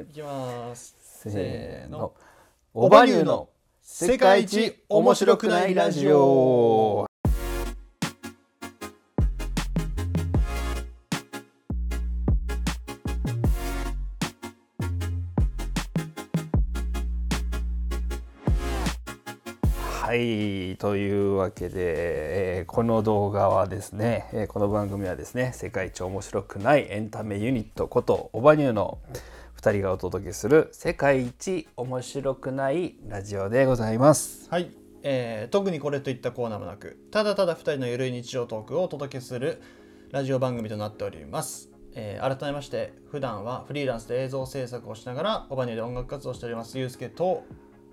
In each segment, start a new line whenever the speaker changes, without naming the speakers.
いきます。
せ
ー
ー
の
の。オバニューの世界一面白くないラジオ。はいというわけで、えーこの動画はですね、えーこの番組はですね世界一面白くないエンタメユニットことオバニューの2人がお届けする世界一面白くないラジオでございます。
はい、えー特にこれといったコーナーもなくただただ2人のゆるい日常トークをお届けするラジオ番組となっております、えー改めまして普段はフリーランスで映像制作をしながらオバニューで音楽活動をしておりますゆうすけと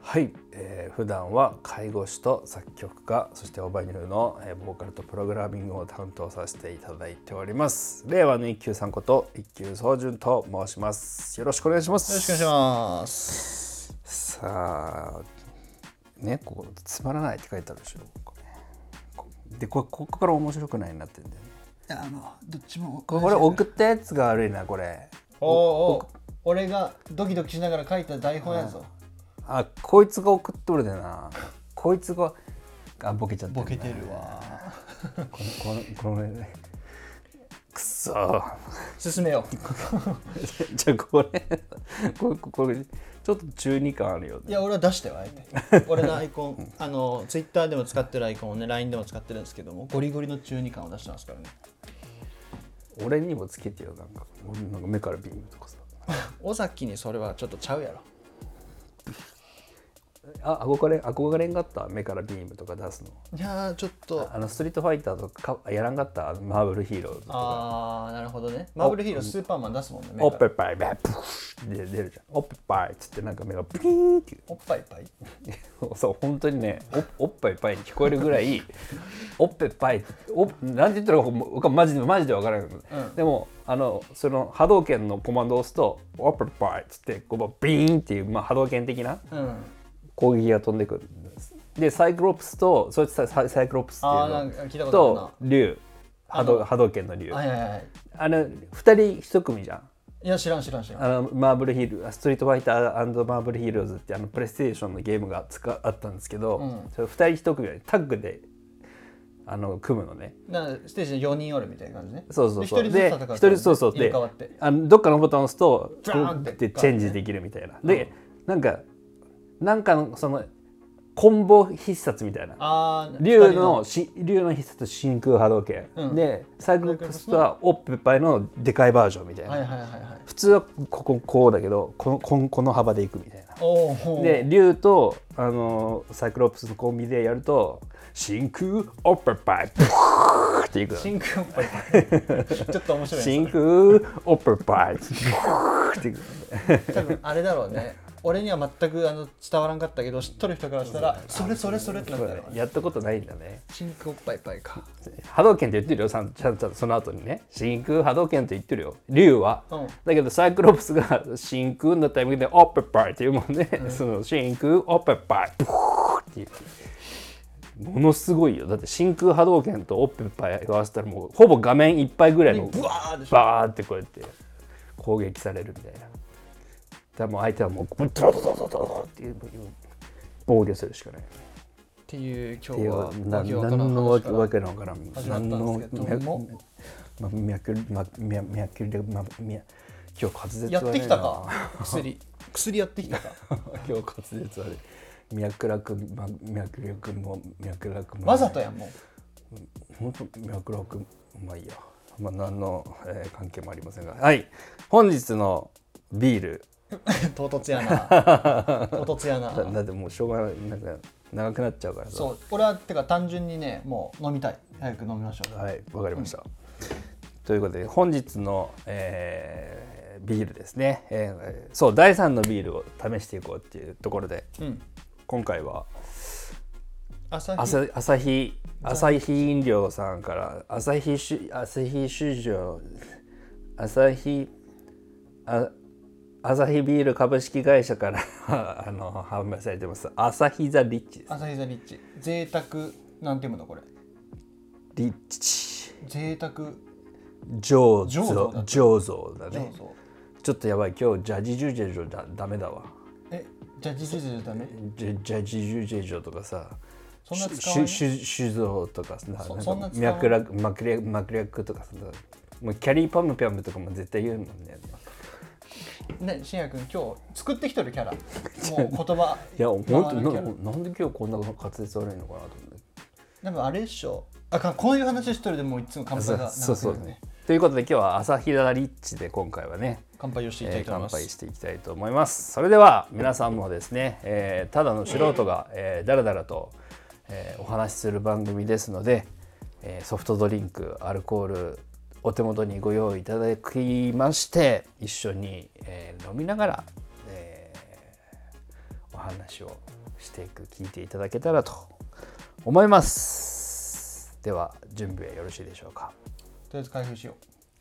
はい、えー普段は介護士と作曲家そしてオバニューの、えーボーカルとプログラミングを担当させていただいております令和の一級さんこと一級総順と申しますよろしくお願いします
よろしくお願いします
すさあねここつまらないって書いてあるでしょこれこでこここから面白くないになってんだよね
あのどっちも
これ送ったやつが悪いなこれ
おうおう俺がドキドキしながら書いた台本やぞ
あこいつが送っとるでなこいつがあボケちゃってるな
ボケてるわ
このこのこのねくそー
進めよう
じゃあこれこれこれちょっと中二感あるよ
い
ね
や俺は出してはあ えて俺のアイコンあのツイッターでも使ってるアイコンをね LINE でも使ってるんですけどもゴリゴリの中二感を出してます からね
俺にもつけてよなんか俺なんか目からビームとかさ
尾崎にそれはちょっとちゃうやろ
あ憧れ憧れんかった目からビームとか出すの
いやーちょっと
あのストリートファイターとかかやらんかったあのマーブルヒーローズとか
あーなるほどねマーブルヒーロースーパーマン出すもんね目
オ
か
ッ
ら
ペパイバプッで出るじゃんオッペパイっつってなんか目がブキーンって
おっぱいいっぱい
そう本当にねおおっぱいパイに聞こえるぐらい おっぺパイおなんて言ったら僕はマジでマジでわからない、でもあのその波動拳のコマンドを押すとおっぺパイっつってこうビーンっていう、まあ、波動拳的な
うん
攻撃が飛んでくるんですでサイクロプスとそいつサイサイサイクロプスっていう
あーなん
の
か聞いたことあ
と竜波動波動拳の竜
るなはいはいはい
あの2人1組じゃん
いや知らん知らん知らん
あのマーブルヒールストリートファイターマーブルヒーローズってあのプレイステーションのゲームがつかあったんですけど、それ2人1組でタッグであの組むのね
なステージで4人おるみたいな感じね
そうそうそう
で一
で
人ずつ戦う
一人そうそう
入れ
で
替わって
あのどっかのボタンを押すと
ザーンって
でチェンジできるみたいな、でなんかなんかのそのコンボ必殺みたいな
あー
竜
二人
のし竜の必殺真空波動拳、
うん
でサイクロプスとはオッペパイのでかいバージョンみたいな、
はいはいはいはい
普通はこここうだけどこのこんこの幅でいくみたいな。
おお
で竜と、あのーサイクロプスのコンビでやると真空オッパパイブーっていくの
真空おっ ぱいいっぱいちょっと面白いね
真空オッパパイブーっていく
多分あれだろうね俺には全くあの伝わらんかったけど知っとる人からしたらそれそれそれってなった
の
ら
やったことないんだね
チンクおっぱいいっぱいか
波動拳って言ってるよさんちゃんちゃんとその後にね真空波動拳って言ってるよ竜は、
うん
だけどサイクロプスが真空のタイミングでオッパパイっていうもんね、その真空オッパパイブーっていうものすごいよだって真空波動拳とオッペパイ合わせたらもうほぼ画面いっぱいぐらいの
ブワーでしょ
バーってこうやって攻撃されるみたいなだからもう相手はもうドロドロドロドロっていう防御するしかない
っていう今
ってい
日
う
はわけわか
な
ら
何
ん
の
話
わけ
から
わけのわからん
始まった
何の
んですけども
脈脈脈脈脈脈脈今日滑舌悪いな
やってきたか薬薬やってきたか
今日滑舌悪い脈絡ま脈絡も脈絡も
わざとやんもう
本当脈絡まあいいやまあ何の、えー関係もありませんがはい本日のビール
唐突やな唐突や
だ
な
だってもうしょうがないなんか長くなっちゃうからさ
そう俺はてか単純にねもう飲みたい早く飲みましょう
はい、わかりました。ということで本日の、えービールですね、えーそう第3のビールを試していこうっていうところで
うん
今回は
朝日
朝朝日朝日飲料さんから朝日酒朝日酒醸朝日あ朝日ビール株式会社から あの販売されてます朝日ザリッチです
朝日ザリッチ贅沢なんていうのこれ
リッチ
贅沢
醸
醸造だ
造醸造だね
醸造
ちょっとやばい今日ジャジジュジェジョだダメだわ
えじゃあジジジダメ
ジャジャジジュジェジョとかさ
そんな使わ
酒
ない
酒造とかさ
そ
なん
そんな
か
使わない
脈絡脈略脈略とかさもうキャリーパムピャムとかも絶対言うもんね
ねしんやくん今日作ってきてるキャ ラもう言葉
いや本当
回る
に
キ
な
ャラ
なんで今日こんな滑舌悪いのかなと思って
でもあれでしょあかんこういう話してるでもういつも乾杯が
そうそう
流れてるよ
ねということで今日は朝日田リッチで今回はね
乾杯をしていきた
え
い
ー
と思い
乾
ます、
杯していきたいと思います。それでは皆さんもですね、えーただの素人が、えー、だらだらと、えーお話しする番組ですので、えーソフトドリンクアルコールお手元にご用意いただきまして一緒に、えー飲みながら、えーお話をしていく聞いていただけたらと思います。では準備はよろしいでしょうか。
とりあえず開封しよ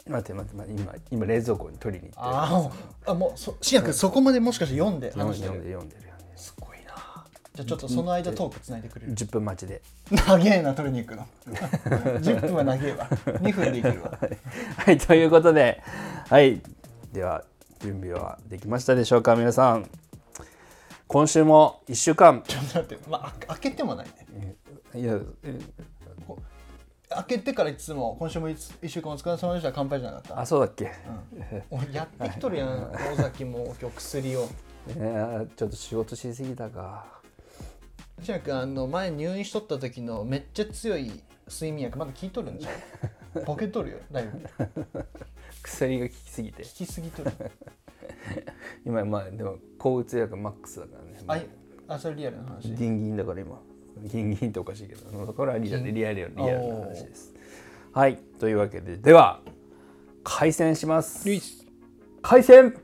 う
待って待って待って今今冷蔵庫に取りに行って
あーもうあもうそしんやくんそこまでもしかして読んで
読ん
話して
読ん
る
で読んでるよね。
すごいなじゃあちょっとその間トークつないでくれる
10分待ちで。
長えな取りに行くの 10分は長えわ2分で行けるわ
はい、ということで、はい、では準備はできましたでしょうか、皆さん。今週も1週間、
ちょっと待って、まあ、あ開けてもないね
いや、え
こ開けてからいつも今週もいつ一週間お疲れ様でした乾杯じゃなかった
あ、そうだっけ、
おやってきとるやん大崎も今日薬を
えーちょっと仕事しすぎたか。
千秋君あの前入院しとった時のめっちゃ強い睡眠薬まだ効いとるんじゃんボケとるよだいぶ効
薬が効きすぎて、
きすぎとる
今、まあ、でも、抗うつ薬マックスだからね。
あいあそれリアルな話
ギンギンだから今ギンギンっておかしいけどこれはリアルリアルよリアルな話ですはいというわけででは開戦します開戦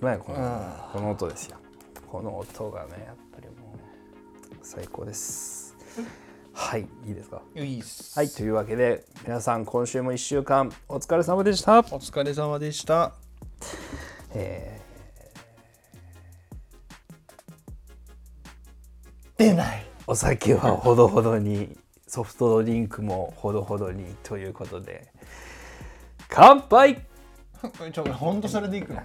うまいこのこの音ですよこの音がねやっぱりもう最高ですはいいいですか
いいっす
はいというわけで皆さん今週も1週間お疲れ様でした
お疲れ様でした
え
出ない
ーお酒はほどほどにソフトドリンクもほどほどにということで乾杯
ちょほんとそれでいくの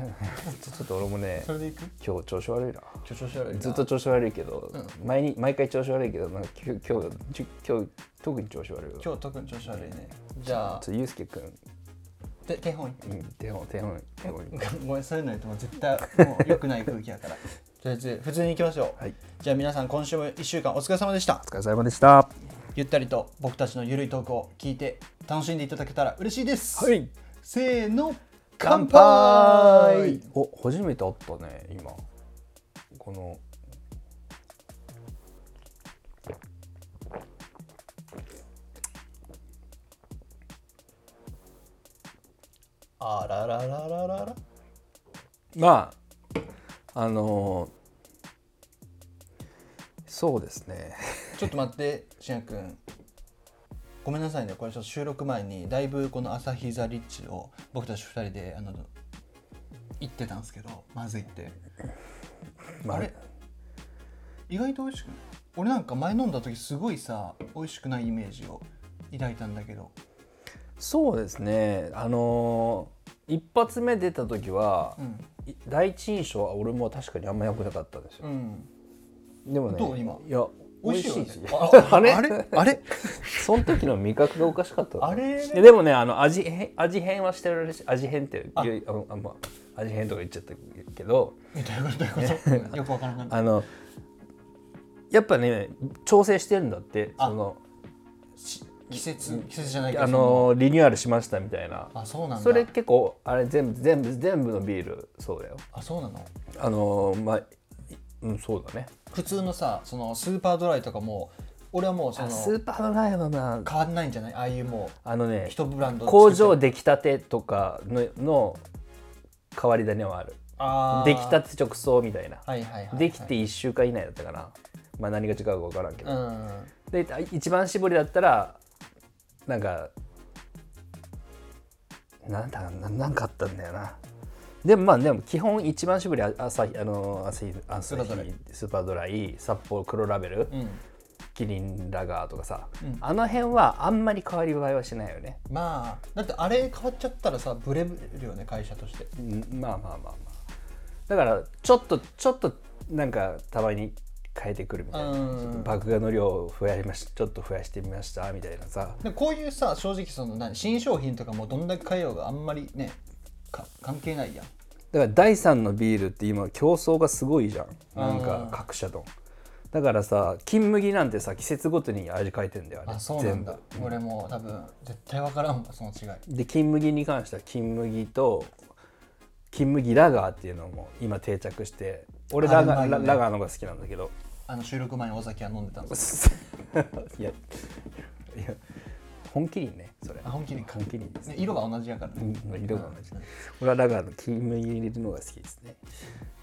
ちょちょっと俺もね
それでいく
今日調子悪いな
ちょ調子悪いな
ずっと調子悪いけど、毎に毎回調子悪いけどなんか今日今日ちょ今日特に調子悪いわちょ
今日特に調子悪いねじゃあ
っとゆうすけくん
て手本
うん手本手本手本
ごめんそういうの言うともう絶対もう良くない空気やからとりあえず普通に行きましょう、
はい
じゃあ皆さん今週も1週間お疲れ様でした
お疲れ様でしたは
ゆったりと僕たちのゆるいトークを聞いて楽しんでいただけたら嬉しいです、
い
せーの
乾杯お初めて会ったね今この
あらららららら
まああのーそうですね
ちょっと待ってしんやくんごめんなさいねこれちょっと収録前にだいぶこの「朝日ザ・リッチ」を僕たち2人であの言ってたんですけどまずいって
ま
あれ意外と美味しくない俺なんか前飲んだ時すごいさ美味しくないイメージを抱いたんだけど
そうですねあのー一発目出た時は、
うん
い第一印象は俺も確かにあんま良くなかったんですよ、
うん
でもね
どう今
いや
美味しいよ
美
ね
味しいですよ
あ
あれ
あれあれ
その時の味覚がおかしかった
あれ
いやでもねあの味変味変はしてるらしい味変ってあのあんま味変とか言っちゃったけど
みたいなことどういう ことよくわからなかった
あのやっぱね調整してるんだってその
し季節季節じゃないけど
あのリニューアルしましたみたいな
そのあそうなんだ
それ結構あれ全部全部全部のビールそうだよ
あそうなの
あのまあいうんそうだね
普通のさそのスーパードライとかも俺はもうその
スーパードライはな
変わんないんじゃないああいうも
あの
う
ね
一ブランド
工場出来たてとかのの変わり種はある出
で
来たて直送みたいな、
はいはいはい、はい、
できて1週間以内だったかな、まあ、何が違うか分からんけ
う
ど、
ん
であ一番搾りだったらなんかなんだななんかあったんだよなでもまあでも基本一番搾りあ朝日あの朝日朝
スーパードライ
日スーパードライ札幌黒ラベル、
うん
キリンラガーとかさ、
うん
あの辺はあんまり変わり映えはしないよね、
まあだってあれ変わっちゃったらさブレるよね会社として
うんまあまあまあまあだからちょっとちょっとなんかたまに変えてくるみたいな、
うん
ちょっと麦芽の量を増やしましちょっと増やしてみましたみたいなさ
でこういうさ正直その何新商品とかもどんだけ変えようがあんまりねか関係ないやん
だから第3のビールって今競争がすごいじゃんなんか各社とだからさ金麦なんてさ季節ごとに味変えてんだよね
あそうなんだ俺もう多分絶対分からんわその違い
で金麦に関しては金麦と金麦ラガーっていうのも今定着して俺ラガ
あう
ー
ま
ラ
いね
ラガーの方が好きなんだけど
あの収録前にお酒は飲んでたんです
いやいや本麒麟ねそれ
あ本気にか、
本麒麟です
ね
ね、
色が同じやからね、
うん色が同じ俺はラガーの金麦に入れるのが好きですね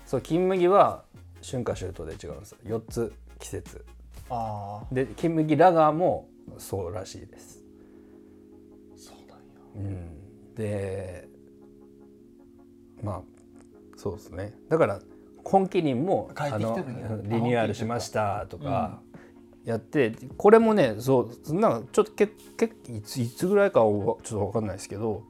そう金麦は春夏秋冬で違うんですよ4つ季節
ああ
で金麦ラガーもそうらしいです
そうなん
うんでまあそうですねだから今期にも
変えてきてるんや
あのリニューアルしましたとかやって、これもねそうなんかちょっとけけいついつぐらいかはちょっと分かんないですけど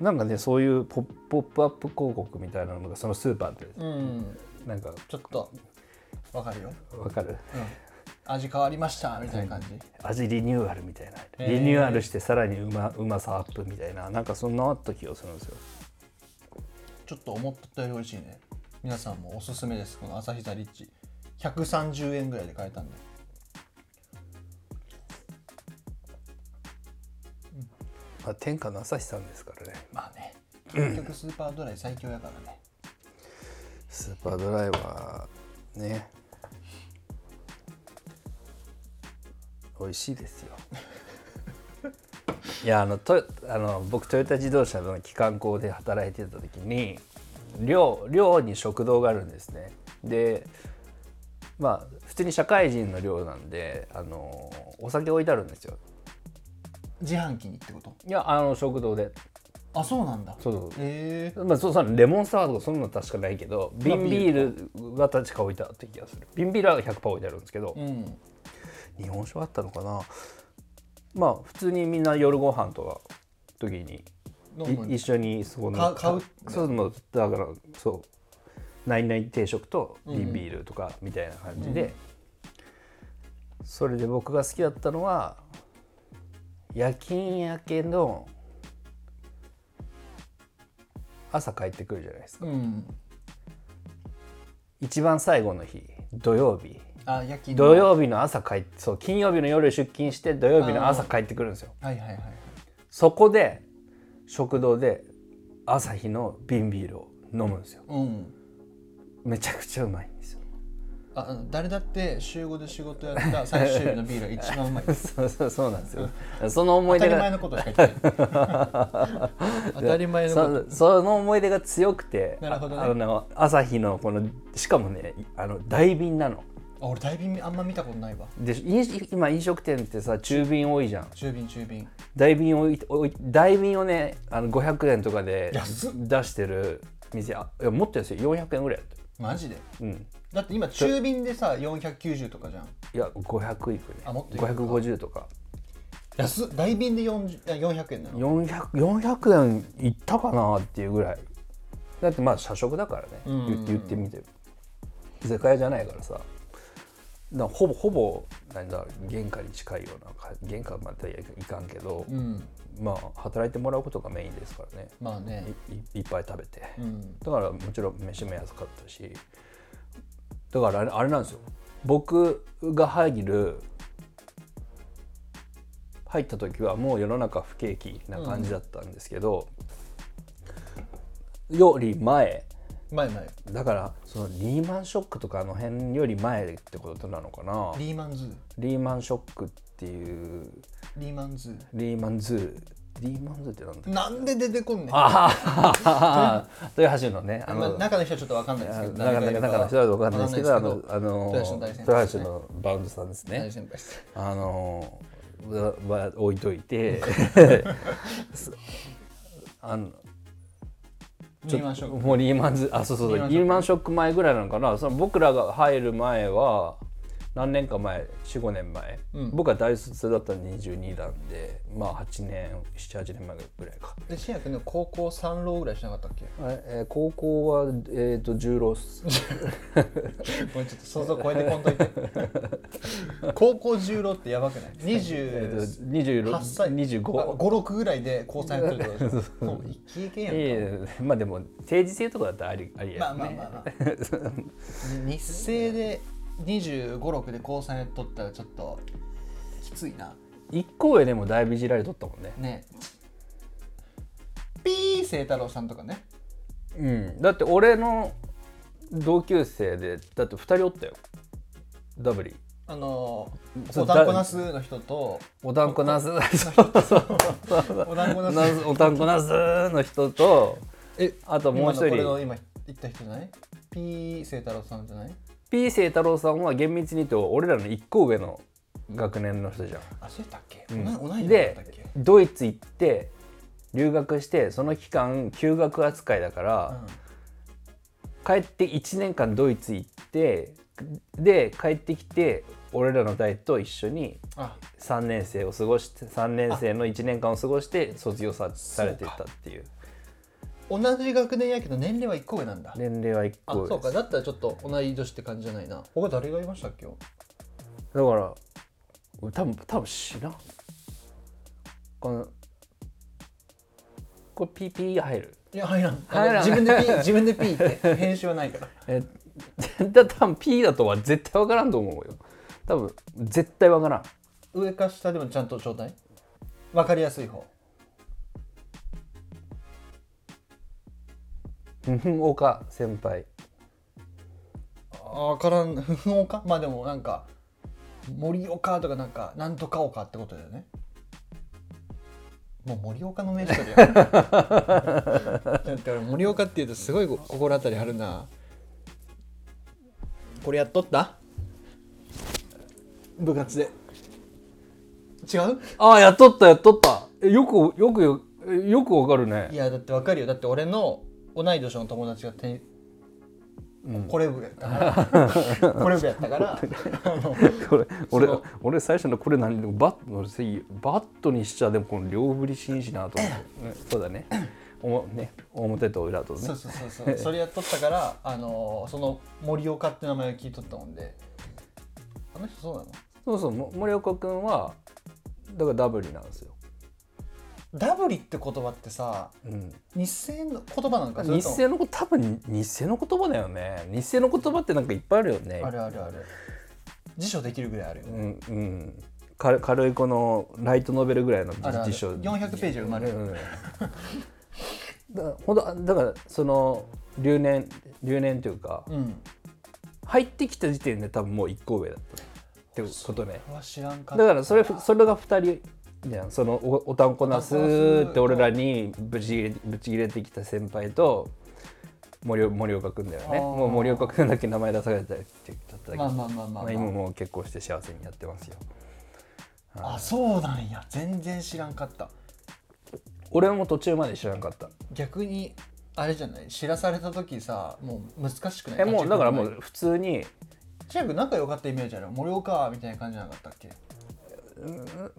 なんかねそういうポップポップアップ広告みたいなのがそのスーパーで
やうん
なんか
ちょっと分かるよ、
分か
う
る
ん、味変わりましたみたいな感じ、
味リニューアルみたいな
へー
リニューアルしてさらにうまうまさアップみたいななんかそんなあった気がするんですよ。
ちょっと思ってたより美味しいね皆さんもおすすめですこの朝日ザリッチ130円ぐらいで買えたんで
まあ、天下の朝日さんですからね
まあね結局スーパードライ最強やからね
スーパードライはね美味しいですよいやあのとあの僕トヨタ自動車の機関工で働いてた時に寮寮に食堂があるんですねでまあ普通に社会人の寮なんであのお酒置いてあるんですよ
自販機にってこと
いやあの食堂で
あそうなんだ
そうそう
え
まあ、そうさレモンサワーとかそんなの確かないけど瓶ビールが確か置いてあった気がする瓶ビールは100%置いてあるんですけど
え、うん
日本酒はあったのかなまあ普通にみんな夜ご飯とか時に
飲む
い一緒にそこの
か買う
そうそうだからそうナイナイ定食と瓶ビールとかみたいな感じで、それで僕が好きだったのは夜勤明けの朝帰ってくるじゃないですか
うん
一番最後の日土曜日
あ夜勤の
土曜日の朝帰ってそう金曜日の夜出勤して土曜日の朝帰ってくるんですよ
はいはいはいはい
そこで食堂で朝日の瓶ビールを飲むんですよ
うん
めちゃくちゃうまいんですよ
ああの誰だって週5で仕事やった最終日のビールが一番うまい当
そうそうそうなんですよその思い
た
出
り前
が
のことしか言って ない当たり前のこと
そその思い出が強くて
なるほどね
ああの朝日のこのしかもねあの大瓶なの
あ俺大瓶あんま見たことないわ
で飲食今飲食店ってさ中瓶多いじゃん
中瓶中瓶
大瓶を置いて置い大瓶をねあの500円とかで
安っ
出してる店あいやもっと安い400円ぐらいだっ
マジで
たうん
だって今中瓶でさ490とかじゃん
いや500いくね
あもっといくか
550とか
安っ大瓶で40あ400円なの
400, 400円いったかなっていうぐらいだってまあ社食だからね
うん
言って言ってみて居酒屋じゃないからさなほぼほぼなんだ原価に近いようなか原価まではいかんけど、
うん
まあ働いてもらうことがメインですからね
まあね
いいっぱい食べて。
うん
だからもちろん飯も安かったしだからあれあれなんですよ僕が入る入った時はもう世の中不景気な感じだったんですけど、より前
前前
だからそのリーマンショックとかあの辺より前ってことなのかな
リーマンズー
リーマンショックっていう
リーマンズ
リーマンズーリーマンズーってなんだ
ーなんで出てこんねん
ああ豊橋のねあ
まあ
の、
中の人はちょっとわかんないですけど
なかなかなかなか人は分かんないですけど、あの、あの、
豊橋の大先輩
豊
です
橋
ね
のバウンドさんですね
大。先輩です
あの、は、は置いとい て。すあの、
リーマンショック
もうリーマンズ、あ、そうそうそう、リ
リ
ーマンショック前ぐらいなのかな、その僕らが入る前は。何年か前45年前、
うん
僕は大卒だったら22なんでまあ8年78年前ぐらいか
で新君の高校三浪ぐらいしなかったっけ
あえー高校は、えー、と16
これちょっと想像超えてこんとい て高校十浪ってやばくない
え
20 8歳
ーと25
56ぐらいで交際するってことでしょもう一気いけんやんか
いやいや まあでも定時制とかだったらありありや
まあ
ね、
まあまあまあ 日生で2 5 6で高3やっとったらちょっときついな
一校上でもだいぶいじられとったもんね
ねピー清太郎さんとかね
うんだって俺の同級生でだって2人おったよダブリ
あの
そう
おだんこなすの人と
おだんこなすそう そうそうそう
おだんこなす
なすおたんこなすの人と
え
あともう
今
一
のこれ
人
の今言った人じゃないピー清太郎さんじゃない
P 清太郎さんは厳密に言うと俺らの一個上の学年の人じゃん。
あそうやったっけ、
うん
同い同い年だったっ
で
け
ドイツ行って留学してその期間休学扱いだから、帰って1年間ドイツ行ってで帰ってきて俺らの代と一緒に
うん、あ
3年生を過ごして3年生の1年間を過ごして卒業さされてったっていう
同じ学年やけど年齢は1個上なんだ、
年齢は一
あ
個
そ
上で
う
す
かだったらちょっと同い年って感じじゃないな他誰がいましたっけ
だから多分多分知らんこのこれ PP 入る
いや入らん
入らん
自分で P 自分で P って編集はないから
え だ多分 P だとは絶対わからんと思うよ多分絶対わからん
上か下でもちゃんとちょうだいわかりやすい方
ふんふん岡先輩
あーからん不本かまあでもなんか森岡とかなんかなんとか岡ってことだよねもう森岡の名所だよだって俺森岡っていうとすごい心当たりあるなこれやっとった部活で違う
ああやっとったやっとったえよくよくよよくわかるね
いやだってわかるよだって俺の同い年の友達がテニ、これ部やったからこれ部やったからあの
これ俺
その
俺最初のこれ何でもバッ俺せいバットにしちゃでもこの両振りしんしなと思って、ねそうだねおもね表と裏とね
そうそうそう そうそれやっとったからあのその森岡って名前を聞いとったもんであの人そうなの
そうそうも森岡君はだからダブリなんですよ、
ダブリって言葉ってさ
うん、
日清の言葉なんかそれ
日
とも
生のこと多分日生の言葉だよね日生の言葉ってなんかいっぱいあるよね
あるあるある辞書できるぐらいあるよ
う
ね
んうんか軽いこのライトノベルぐらいの
あるある
辞書
400ページ埋まる
うん、だほんとあだからその留年留年というか、
うん
入ってきた時点で多分もう一個上だったってことね
うわ知らんか
だ
った
からそれそれが二人じゃんそのおおたんこなすって俺らにぶち切れぶち切れてきた先輩と森森岡君だよね
あー
もう森岡君だけ名前出されたって言っただけど、
まあまあまあまあ、
まあ今もう結婚して幸せにやってますよ
あそうなんや全然知らんかった
俺も途中まで知らなかった
逆にあれじゃない知らされた時さもう難しくない
えもうだからも
立
う普通に
ち行くの前に千秋君仲良かったイメージある森岡みたいな感じじゃなかったっけ
う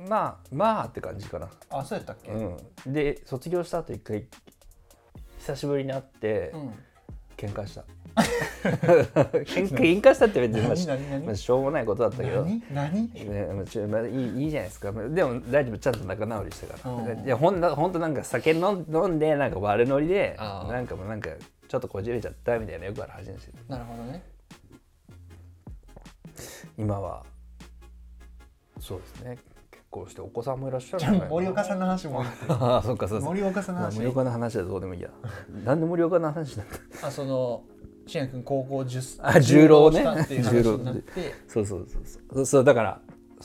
んまあまあって感じかな、
あそうやったっけ
うん、で卒業した後一回久しぶりに会って
うん、
喧嘩した 喧嘩喧嘩したって別にまあし
何何何
まあしょうもないことだったけど
何何
ねまあちょまあ、いいいいじゃないですかまあでも大丈夫ちゃんと仲直りしたから、
うん
いやほんなほんとなんか酒飲ん飲んでなんか悪ノリで
あー
なんかもうなんかちょっとこじれちゃったみたいなよくある話ですよ
なるほ どね
今はそうですね結婚してお子さんもいらっしゃる
じ
じ
ゃ
ゃ
あ
ない
森岡さんの話も
ああそっかそうそう
森岡さんの
まあ
話
森岡の話はどうでもいいやなんで森岡の話なんだ
あそのしんやくん高校10
あ十郎ね
したっていう話になって
そうそうそうそうそうだから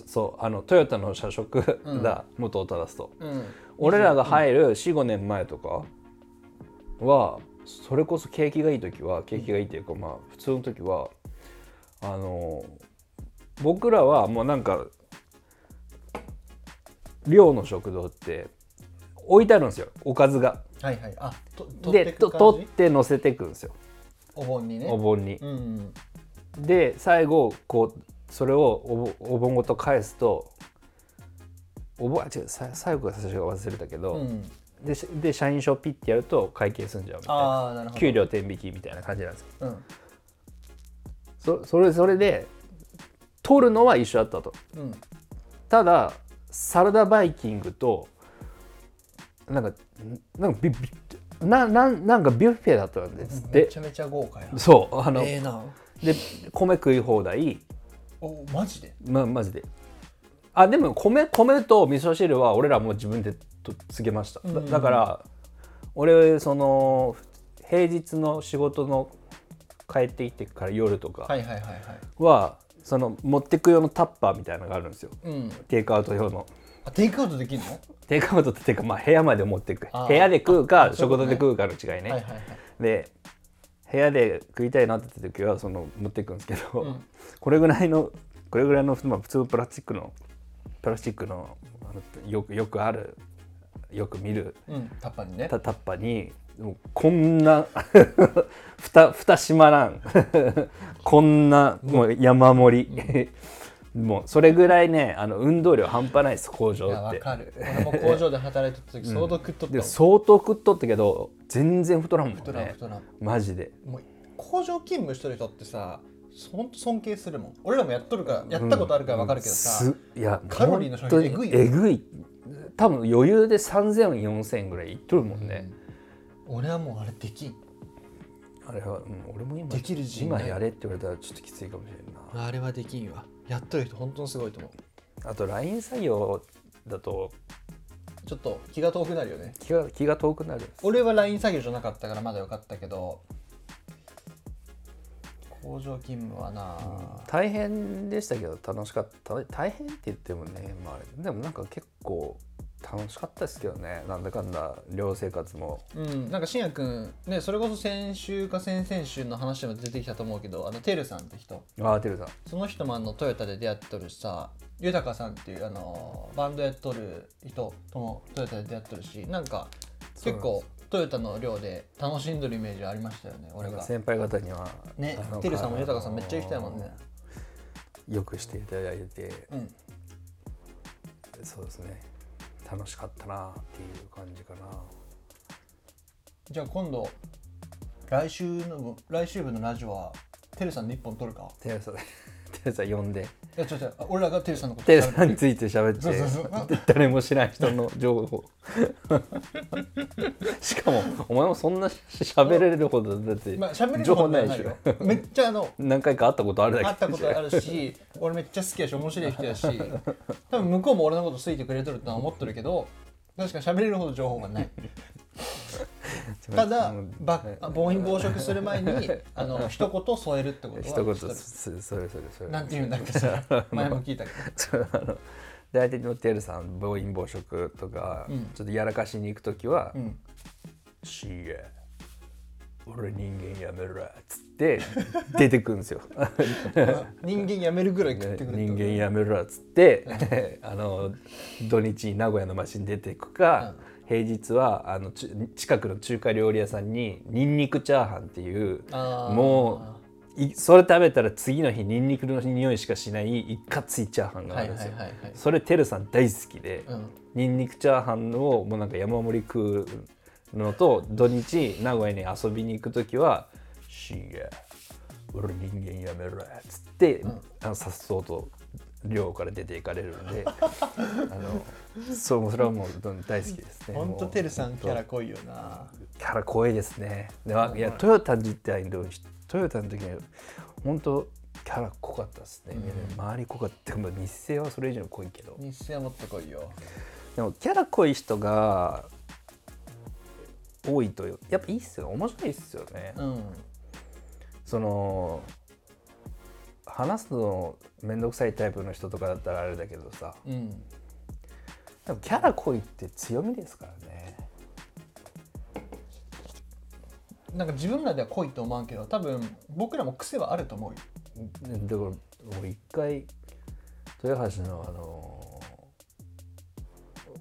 そうあのトヨタの社食だ、元を正すと
うん
俺らが入る45年前とかはそれこそ景気がいい時は景気がいいっていうかまあ普通の時はあの僕らはもうなんか寮の食堂って置いてあるんですよおかずが。
はいはいあと取って
で
く
と
感
取っ
じ
て乗せてくんですよ
お盆にね
お盆に
う。ん
で最後こうそれをおぼお盆ごと返すとおぼあ違うさ最後が最初が忘れたけど、
うん、
でしで社員証ピッてやると会計済んじゃうみたいな
ああなるほど
給料天引きみたいな感じなんですよ
うん
そそれそれで取るのは一緒だったと
うん
ただサラダバイキングとなんかなんかビビななんなんかビュッフェだったんですっ
め
て
ちゃめちゃ豪華や
そうあの、
ええな
で米食い放題
おマジで
まマジであでも米米と味噌汁は俺らもう自分でとつけましただだから俺その平日の仕事の帰ってきてから夜と
は
か
いはいはいはい
は、その持ってく用のタッパーみたいなのがあるんですよ
うん
テイクアウト用の
あテイクアウトできるのは
テイクアウトっていうか、まあ、部屋まで持ってく
あー
部屋で食うか
あそういうこと
食堂
ね
で食うかの違いね、
いはいはい
で部屋で食いたいなって時はその持ってくんですけど、
ん
これぐらいのこれぐらいの、まあ、普通のプラスチックのプラスチックのあのよくよくあるよく見る
うんタッパーにね
タタッパにもうこんなふたふた閉まらんこんなもう山盛りもうそれぐらいねあの運動量半端ないです工場
いや
っ
わ
て。
かる俺も工場で働いてた時相当食っとった
で
もん
相当食っとったけど全然太らんもんね
太らん太らん
マジで
もう工場勤務してる人ってさほんと尊敬するもん俺らもやっとるからやったことあるからわかるけどさ、
すいや
カロリーの消費
本当に
え
えぐい多分余裕で3000、4000ぐらいいっとるもんね、
俺はもうあれできん
あれは、うん、俺も今
できる自信な
今
い
やれって言われたらちょっときついかもしれんな
あれはできんわやっとる人本当にすごいと思う
あと LINE 作業だと
ちょっと気が遠くなるよね
気が気が遠くなる
俺は LINE 作業じゃなかったからまだよかったけど工場勤務はな
大変でしたけど楽しかった大変って言ってもね、まああれ、でもなんか結構楽しかったですけどねなんだかんだ寮生活も
うん、なんかしんやくんねそれこそ先週か先々週の話でも出てきたと思うけどあのテルさんって人
ああてるさん
その人もあのトヨタで出会っとるしさ豊さんっていうあのバンドやっとる人ともトヨタで出会っとるしなんか
そ
結
うなんです
構トヨタの寮で楽しんどるイメージありましたよね俺が
先輩方には
ね
あの
てるさんも豊さんめっちゃいい人やもんね
よくしていただいて
うん
そうですね楽しかったなっていう感じかな
じゃあ今度来週の来週分のラジオはテルさんで一本撮るか
テレサテレサ呼んで
いやちょっと俺らがテルさんのこと
テレ
喋る
サについて喋って
そうそうそう
で誰も知らない人の情 報しかもお前もそんな喋れるほどだって
まあ喋れる
情報
こと
な
はいな
で
い
し
よ
ょ
めっちゃあの
何回か会ったことあるだけ
会ったことあるし俺めっちゃ好きやし面白い人やし多分向こうも俺のこと好いてくれとるとは思ってるけど確かに喋れるほど情報がないただば暴飲暴食する前にあの一言添えるってことは
一言
しと
そ
る
そそれそれそれ
なんていうんだっけそれ前も聞いたけど
そうあの大体のテルさん暴飲暴食とか、ちょっとやらかしに行く時は
ん
「し、や俺人間やめろ」っつって出てくるんで すよ。
人間やめるぐらい食ってくれ
人間やめろっつって、 あの土日に名古屋の街に出ていくか、平日はあのち近くの中華料理屋さんにニンニクチャーハンっていう
あー
もういそれ食べたら次の日ニンニクの匂いしかしない一括いチャーハンがあるんですよ、
はいはいはいはい
それてるさん大好きで、
うん
ニンニクチャーハンをもうなんか山盛り食うのと土日名古屋に遊びに行く時は「しげ俺人間やめろ」っつって、あのさっそうと寮から出ていかれるんで あのそうそれはもうどん大好きですね。
ほんとテルさん
もう
キャラ濃いよな
キャラ濃いですね。ではいやトヨタ自体のトヨタの時は本当キャラ濃かったですね。周り濃かった。でも日清はそれ以上に濃いけど。
日清はもっと濃いよ
でもキャラ濃い人が多いとやっぱいいっすよ。面白いっすよね。
うん
その話すの面倒くさいタイプの人とかだったらあれだけどさ、
うん
でもキャラ濃いって強みですからね。
なんか自分らでは濃いと思うけど多分僕らも癖はあると思うよ
ねだから俺一回豊橋のあのー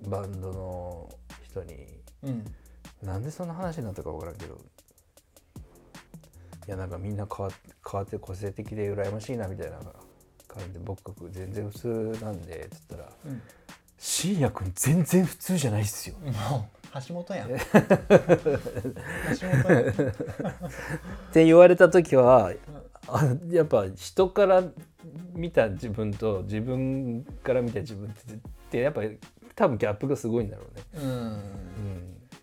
バンドの人に
うん
なんでそんな話になったか分からんけどいやなんかみんな変わっ変わって個性的で羨ましいなみたいな感じで僕全然普通なんでつったら
うん
「信也君全然普通じゃないっすよ」
もう橋本やん橋本やん
って言われた時はあやっぱ人から見た自分と自分から見た自分ってってやっぱ多分ギャップがすごいんだろうね。
うん
うん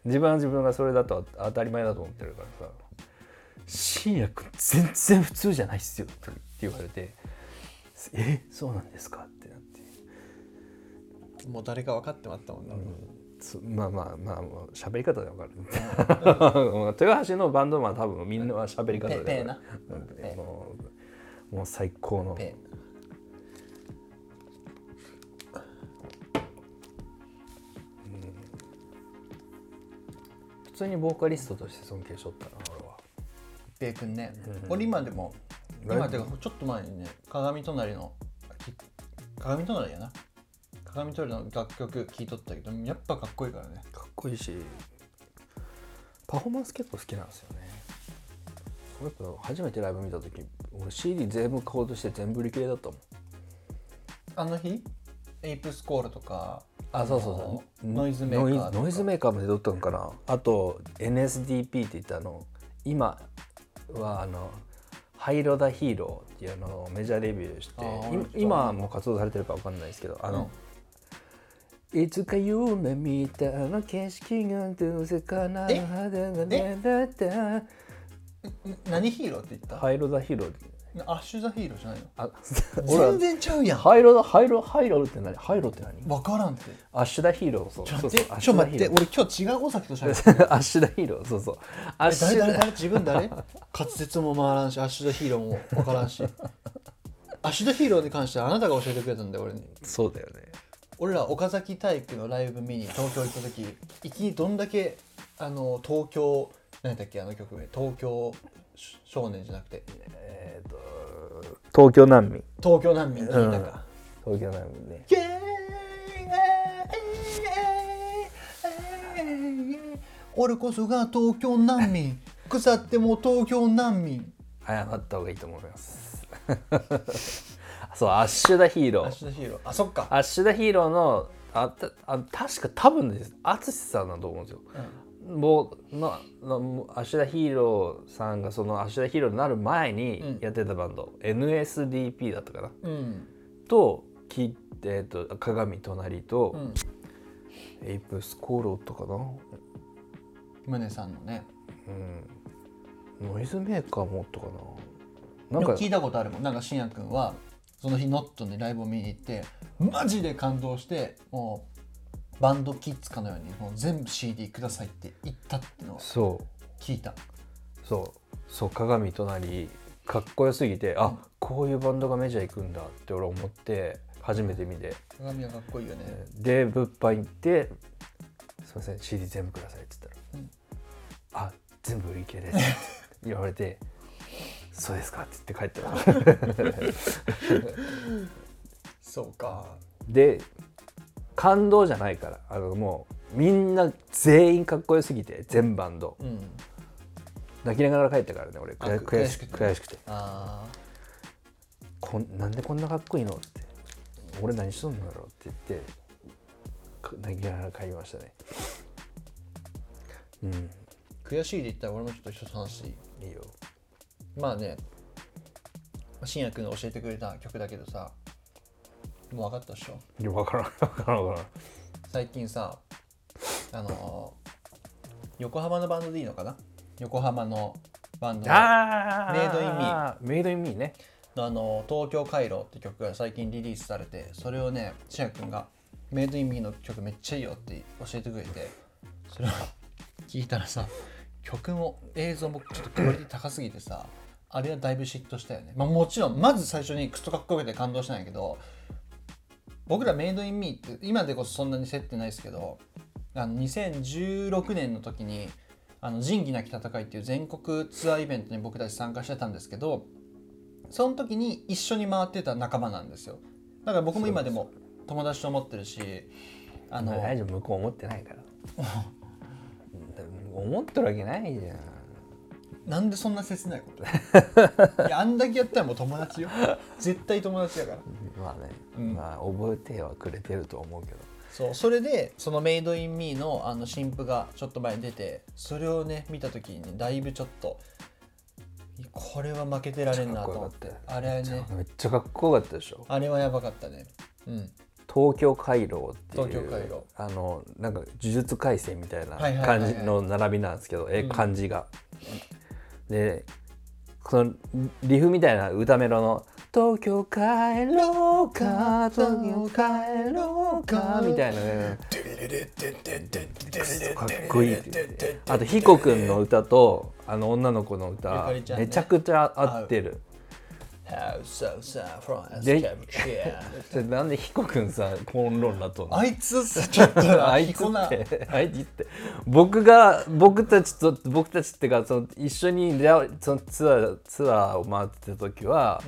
自分は自分がそれだと当たり前だと思ってるからさ「信也君全然普通じゃないっすよ」って言われて「えそうなんですか?」ってなって、
もう誰か分かってまったもんな、
そまあまあまあもう喋り方でわかる 豊橋のバンドマンは多分みんなは喋り方
ペ
でわか
ペー
る
なペ
もうもう最高の
ペ
普通にボーカリストとして尊敬しとったな俺は
ペーくんね、俺今でも今っていうかちょっと前にね鏡隣のき鏡隣やな鏡隣の楽曲聴いとったけどやっぱかっこいいからね
かっこいいしパフォーマンス結構好きなんですよねこの子初めてライブ見た時俺 CD 全部買おうとして全部売り切れだったもん
あの日エイプスコールとか
あそうそう
の
そう
ノイズメーカーとか
ノイノイズメーカーまで撮ったのかなあと NSDP って言ったあの今はあの灰色だヒーローっていうあのメジャーデビューして
あー
今今はもう活動されてるかわかんないですけどあの、いつか夢見たあの景色がどうせかな
え
肌がねだった
何ヒーローって言った、
灰色だヒーロー
アッシュ・ザ・ヒーローじゃないの
あ俺は
全然ちゃうやん
灰色だ灰色灰色って何灰色って何
分からんって
アッシュだヒーローそう
ちょっ
そ
と
うそう
待って
アッ
ち
シ
ょ
ュ
っと
ダ
待
ヒ
っ
ー
て
ロー
俺今日違う尾崎と喋って
アッシュダヒーローそうそうアッシ
誰
ュ
誰誰自分誰滑舌も回らんしアッシュ・ザ・ヒーローも分からんしアッシュ・ザ・ヒーローに関してはあなたが教えてくれたんだよ俺に
そうだよね
俺ら岡崎体育のライブ見に東京行った時いきどんだけあの東京何だっけあの曲名東京少年じゃなくて
えっ、と東京難民
東京難民聞いたか、
東京難民ね
俺こそが東京難民腐っても東京難民
謝った方がいいと思います そうアッシュダヒーロ
アッ
ー
シュ・ザ・ヒーローあそっか
アッシュダヒーローのあたあ確か多分です淳さんだと思うんですよ、もうののアッシュダヒーローさんがそのアッシュダヒーローになる前にやってたバンド、NSDP だったかな
うん
とき、えー、と鏡隣と、
うん
エイプスコーロとかな
宗さんのね
うんノイズメーカーもおったかな
で
なん
も
か
聞いたことあるもんなんかしんやくんはその日ノットでライブを見に行ってマジで感動してもうバンドキッズかのようにもう全部 CD くださいって言ったってのを
そう
聞いた
そうそう鏡隣かっこよすぎてあ、こういうバンドがメジャー行くんだって俺思って初めて見て
鏡はかっこいいよね
で物販行って「すいません CD 全部ください」って言ったら「あ全部売り切れです」って言われて「そうですか」って言って帰ったの
そうか
で感動じゃないからあのもうみんな全員かっこよすぎて全バンド
うん
泣きながら帰ったからね俺悔
あ
悔
悔し
し
く
く
て
悔しくて
あ
こんなんでこんなかっこいいのって俺何しとんのだろうって言ってか泣きながら帰りましたねうん
ー悔しいで言ったら俺もちょっと一つ話していい
いいよ
まあねしんやくんが教えてくれた曲だけどさもう分かったでしょ
いや分からん 分からん分からん
最近さあのー横浜のバンドでいいのかな横浜のバンドの
あ
メイドインミ
ーメイドインミーね
あの「東京回廊」って曲が最近リリースされてそれをね千秋君が「メイドインミーの曲めっちゃいいよ」って教えてくれてそれを聞いたらさ曲も映像もちょっとクオリティ高すぎてさあれはだいぶ嫉妬したよね、まあ、もちろんまず最初にクソかっこよくて感動したんやけど僕らメイドインミーって今でこそそんなに競ってないですけどあの2016年の時にあの仁義なき戦いっていう全国ツアーイベントに僕たち参加してたんですけどその時に一緒に回ってた仲間なんですよだから僕も今でも友達と思ってるしあの
大丈夫向 こう思ってないから思ってるわけないじゃん
なんでそんな切ないこといやあんだけやったらもう友達よ絶対友達だから
まあね、
うん
まあ覚えてはくれてると思うけど
そうそれでそのメイドインミーのあの新譜がちょっと前に出てそれをね見た時にだいぶちょっとこれは負けてられんなと思って
めっちゃかっこよか
あ
ったよ
れはね
めっちゃかっこよかったでしょ
あれはやばかったねうん
東京回廊っていう
東京回廊
あのなんか呪術廻戦みたいな
はいはいはい
感
はい
じの並びなんですけど、え
うん
漢字が。でそのリフみたいな歌メロの「東京帰ろうか東京帰ろうか」みたいなねかっこいいっていうねあと彦君の歌とあの女の子の
ゆ
歌
かりちゃんね
めちゃくちゃ合ってる。
How so sad from us
で
came here
でなんで彦君さ混乱だとんの
あいつちょっとな
あい
ひ
つ
こな
って、あいつって、僕が、僕たちと、僕たちってか、その一緒に出会うそのツアー、ツアーを回ってた時は、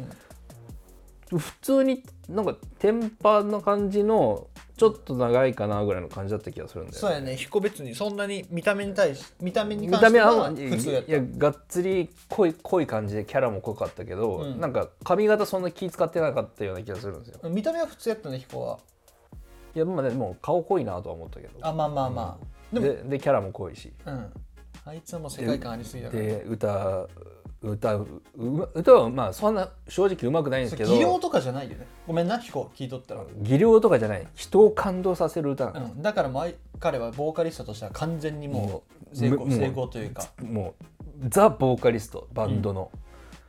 普通になんかテンパな感じの、ちょっと長いかなぐらいの感じだった気がするんだよ
そうやね彦別にそんなに見た目に対し見た目に
見
関
た
して
目
は
は
普通やっ
いやがっつり濃い濃い感じでキャラも濃かったけど、
うん
なんか髪型そんな気使ってなかったような気がするんですよ
た見た目は普通やったね彦はい
やまあでも顔濃いなとは思ったけど
あまあまあまあ、でも
ででキャラも濃いし
うんあいつはもう世界観ありすぎだから
で歌歌うう歌はまあそんな正直うまくないんですけど
技量とかじゃないよねごめんな彦聞いとったら、
技量とかじゃない人を感動させる歌な
う
の、
ん、だから前彼はボーカリストとしては完全にもう成功
もう
成功というか、
もうザ・ボーカリストバンドの、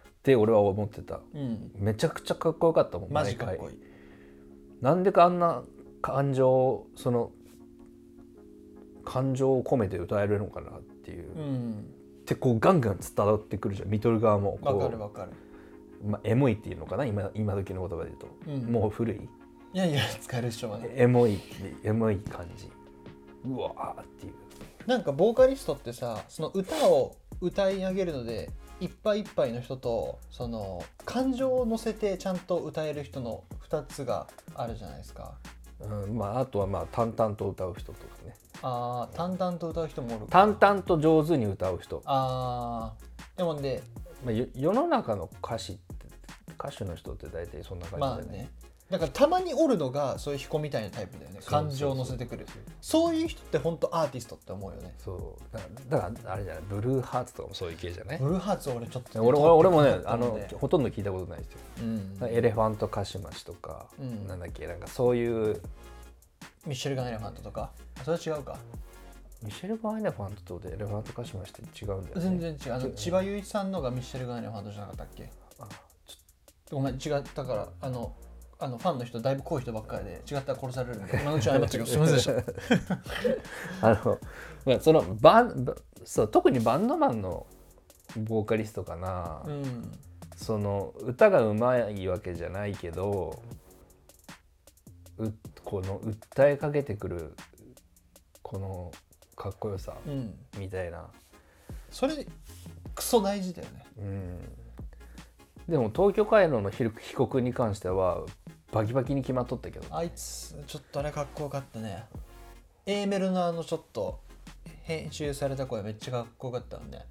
って俺は思ってた
うん、
めちゃくちゃかっこよかったもん
マジかっ
毎
こいい
回なんでかあんな感情をその感情を込めて歌えるのかなっていう、
う
っ
ん
てこうガンガン伝わってくるじゃん見とる側もこう
わかるわかる
まあ、エモいっていうのかな今今時の言葉で言うと、
うん
もう古い
いやいや使える人はね
エモいエモい感じうわーっていう
なんかボーカリストってさその歌を歌い上げるのでいっぱいいっぱいの人とその感情を乗せてちゃんと歌える人の2つがあるじゃないですか
うんまあ、あとはまあ淡々と歌う人とかね
あー淡々と歌う人もおるか
淡々と上手に歌う人、
あーでもね
まあ、よ世の中の歌詞って歌手の人って大体そんな感じだ
ま
よ
あ
ね,
ねだからたまにおるのがそういう彦みたいなタイプだよね
そうそうそう
感情を乗せてくるそういう人って本当アーティストって思うよね
そうだだからあれじゃないブルーハーツとかもそういう系じゃない
ブルーハーツ俺ちょっと
俺俺俺もね
撮
あ
ってなか
の
ったんで
ほとんど聞いたことないですよ、
うん
エレファントカシマシとか、
うん
なんだっけなんかそういう
ミッシェルガン・エレファントとかあそれは違うか
ミシェル・バーエレファントとエレファントカシマシって違うんだよね
全然違うあの千葉雄一さんのがミッシェルガン・エレファントじゃなかったっけ
あ
ごめん違ったからあのあのファンの人だいぶ濃い人ばっかりで違ったら殺されるん で今のうち謝っときますすみませんでした
あの、まあ、そのバンバそう特にバンドマンのボーカリストかな、
うん
その歌がうまいわけじゃないけどうこの訴えかけてくるこのかっこよさ
うん
みたいな、
それクソ大事だよね
うん、でも東京回廊の被被告に関してはバキバキに決まっとったけど
あいつちょっとあれかっこよかったね A メロのあのちょっと編集された声めっちゃかっこよかったのね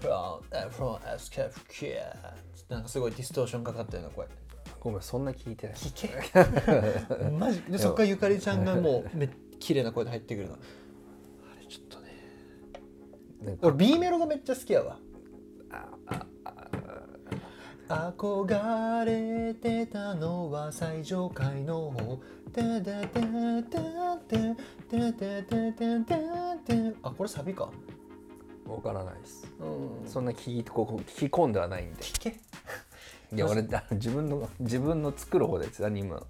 From from escape here なんかすごいディストーションかかったような声
ごめんそんな聞いてない
聞けマジでそっからゆかりちゃんがもうめ綺麗な声で入ってくるのあれちょっとね
なんか
俺 B メロがめっちゃ好きやわ憧れてたのは最上階の方タタタタタタタタタタタあこれサビか
わからないです
うん
そんな聞いここ聞き込んではないんで
聞け
いや俺だ自分の自分の作る方で何今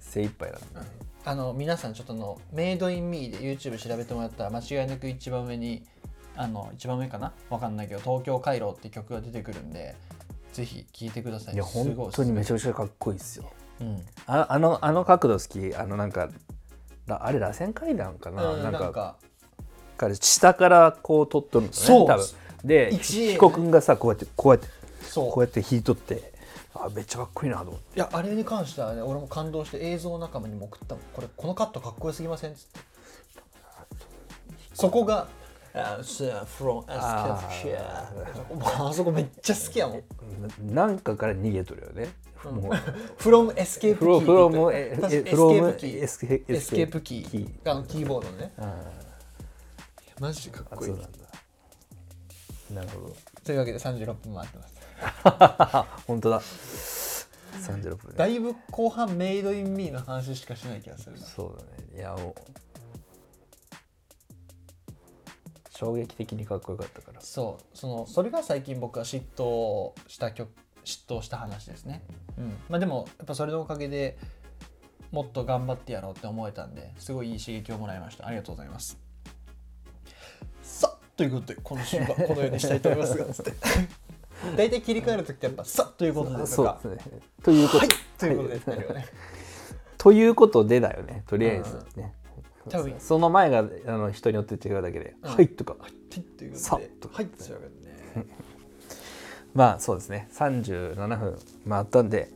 精一杯なんだ、
あの皆さんちょっとあのメイドインミーで YouTube 調べてもらったら間違いなく一番上にあの一番上かなわかんないけど「東京回廊」って曲が出てくるんでぜひ聴いてください
いや
すごい
本当にめちゃくちゃかっこいいですよ
うん
ああのあの角度好きあのなんからあれ螺旋階段かな、
うん
な
なんん
か
か
彼下からこう取っとるんですね
そう
多分で
一位
彦君がさこうやってこうやって
そう
こうやって引いとってあめっちゃかっこいいなと思って
いやあれに関してはね俺も感動して映像仲間にも送ったもんこれこのカットかっこよすぎませんっつってそこがあ from
あ
Escafia あそこめっちゃ好きやもん
ななんかから逃げとるよね。もう
from エスケープ
フ
キー って言った確かエ
ロフロムエエフロ
スケープキーエスケ
ムエスケ
ープキーあのキーボードのね
あ
マジでか
あ
っこい
そ
いう
なんだ。なるほど。
というわけで36分回ってます
本当だ。三十六分。
だいぶ後半メイドインミーの話しかしない気がするな
そうだね。いやもう衝撃的にかっこよかったから。
そうそのそれが最近僕が嫉妬した曲嫉妬した話ですね、うんまあ、でもやっぱそれのおかげでもっと頑張ってやろうって思えたんですごいいい刺激をもらいましたありがとうございますさあということで今週はこのようにしたいと思いますがつって 大体切り替える時ってやっぱさあということでと
そう
か
ですね。ということ、
はいということですよね
ということでだよね。とりあえずね。
多分
その前があの人によって違うだけで、
うん
はいとか、
はいということ
さ
で
あと
はいということでね
まあそうですね。三十七分回ったんで、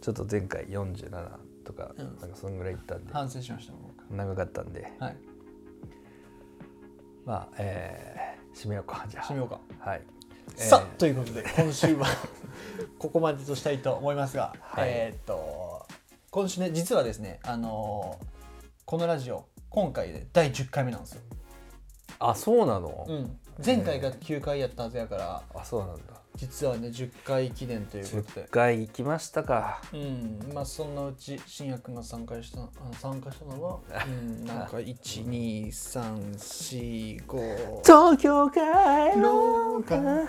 ちょっと前回四十七とか、
うん
なんかそんぐらいいったんで、
反省しました僕
長かったんで、
はい
まあ、えー、締めようかじゃあ。
締めようか
はい。
さあ
えー
ということで今週は ここまでとしたいと思いますが、
はい
えーっと今週ね実はですねあのーこのラジオ今回で第10回目なんですよ、
あそうなの、
うん、前回が9回やったはずやから
あそうなんだ。
実はね10回記念というこ
十
とで
回行きましたか。
うんまあそのうち新薬が参加したあの参加したの は、うん、なんか12345
東京回廊
廊下
下。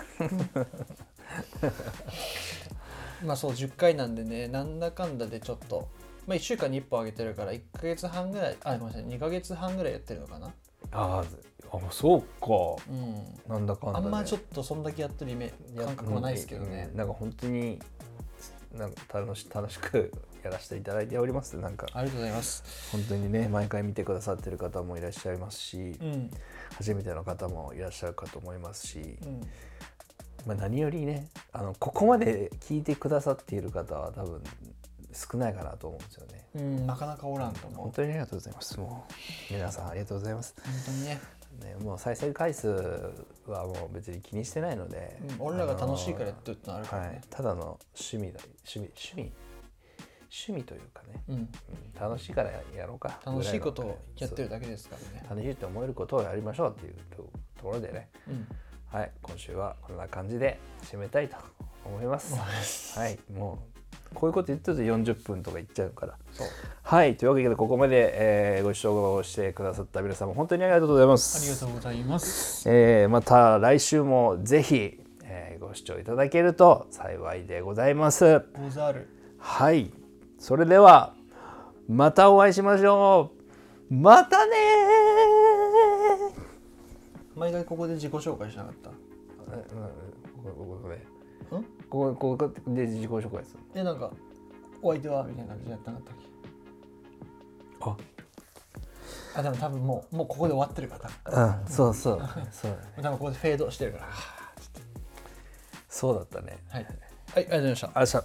まあそう10回なんでねなんだかんだでちょっと、まあ、1週間に1本あげてるから1ヶ月半ぐらいあごめんなさい2ヶ月半ぐらいやってるのかな
あーあそうか。
うん
なんだかんだ、
あ
ね。
んまちょっとそんだけやってるイメ
いや
感覚もないですけどね
うんうんなんか本当になんか楽し楽しくやらせていただいておりますなんか
ありがとうございます
本当にね毎回見てくださってる方もいらっしゃいますし、
うん
初めての方もいらっしゃるかと思いますし、
うん
まあ、何よりねあのここまで聞いてくださっている方は多分少ないかなと思うんですよね。
うん、なかなかおらんと思う
本。当にありがとうございます。もう皆さんありがとうございます。
本当にね、
ね、もう再生回数はもう別に気にしてないので、
うん、俺らが楽しいからやってるってのあるから
は
ね。
い、ただの趣味だ趣味趣味趣味というかね、
うん、
うん楽しいからやろうか
楽しいことをやってる
だ
だけですからね。
楽しいと思えることをやりましょうっていうとところでね
うん、
はい今週はこんな感じで締めたいと思いますはいもうこういうこと言ってると40分とかいっちゃうから
そう。
はいというわけでここまで、えーご視聴してくださった皆さんも本当にありがとうございま
あ
す
りがとうございます。
えーまた来週もぜひ、えーご視聴いただけると幸いでございます。
ござる。
はい、それではまたお会いしましょう。またねー
毎回ここで自己紹介しなかった。
こここで
うん
ここここで自己紹介する。
えなんかお相手はみたいな感じやったなかったっけ
あ、
あでも多分もうもうここで終わってるから
うん、そうそう、そ
多
う、
分多分ここでフェードしてるからは
そうだったね。
い、はい、ありがとうございました
あっしゃ。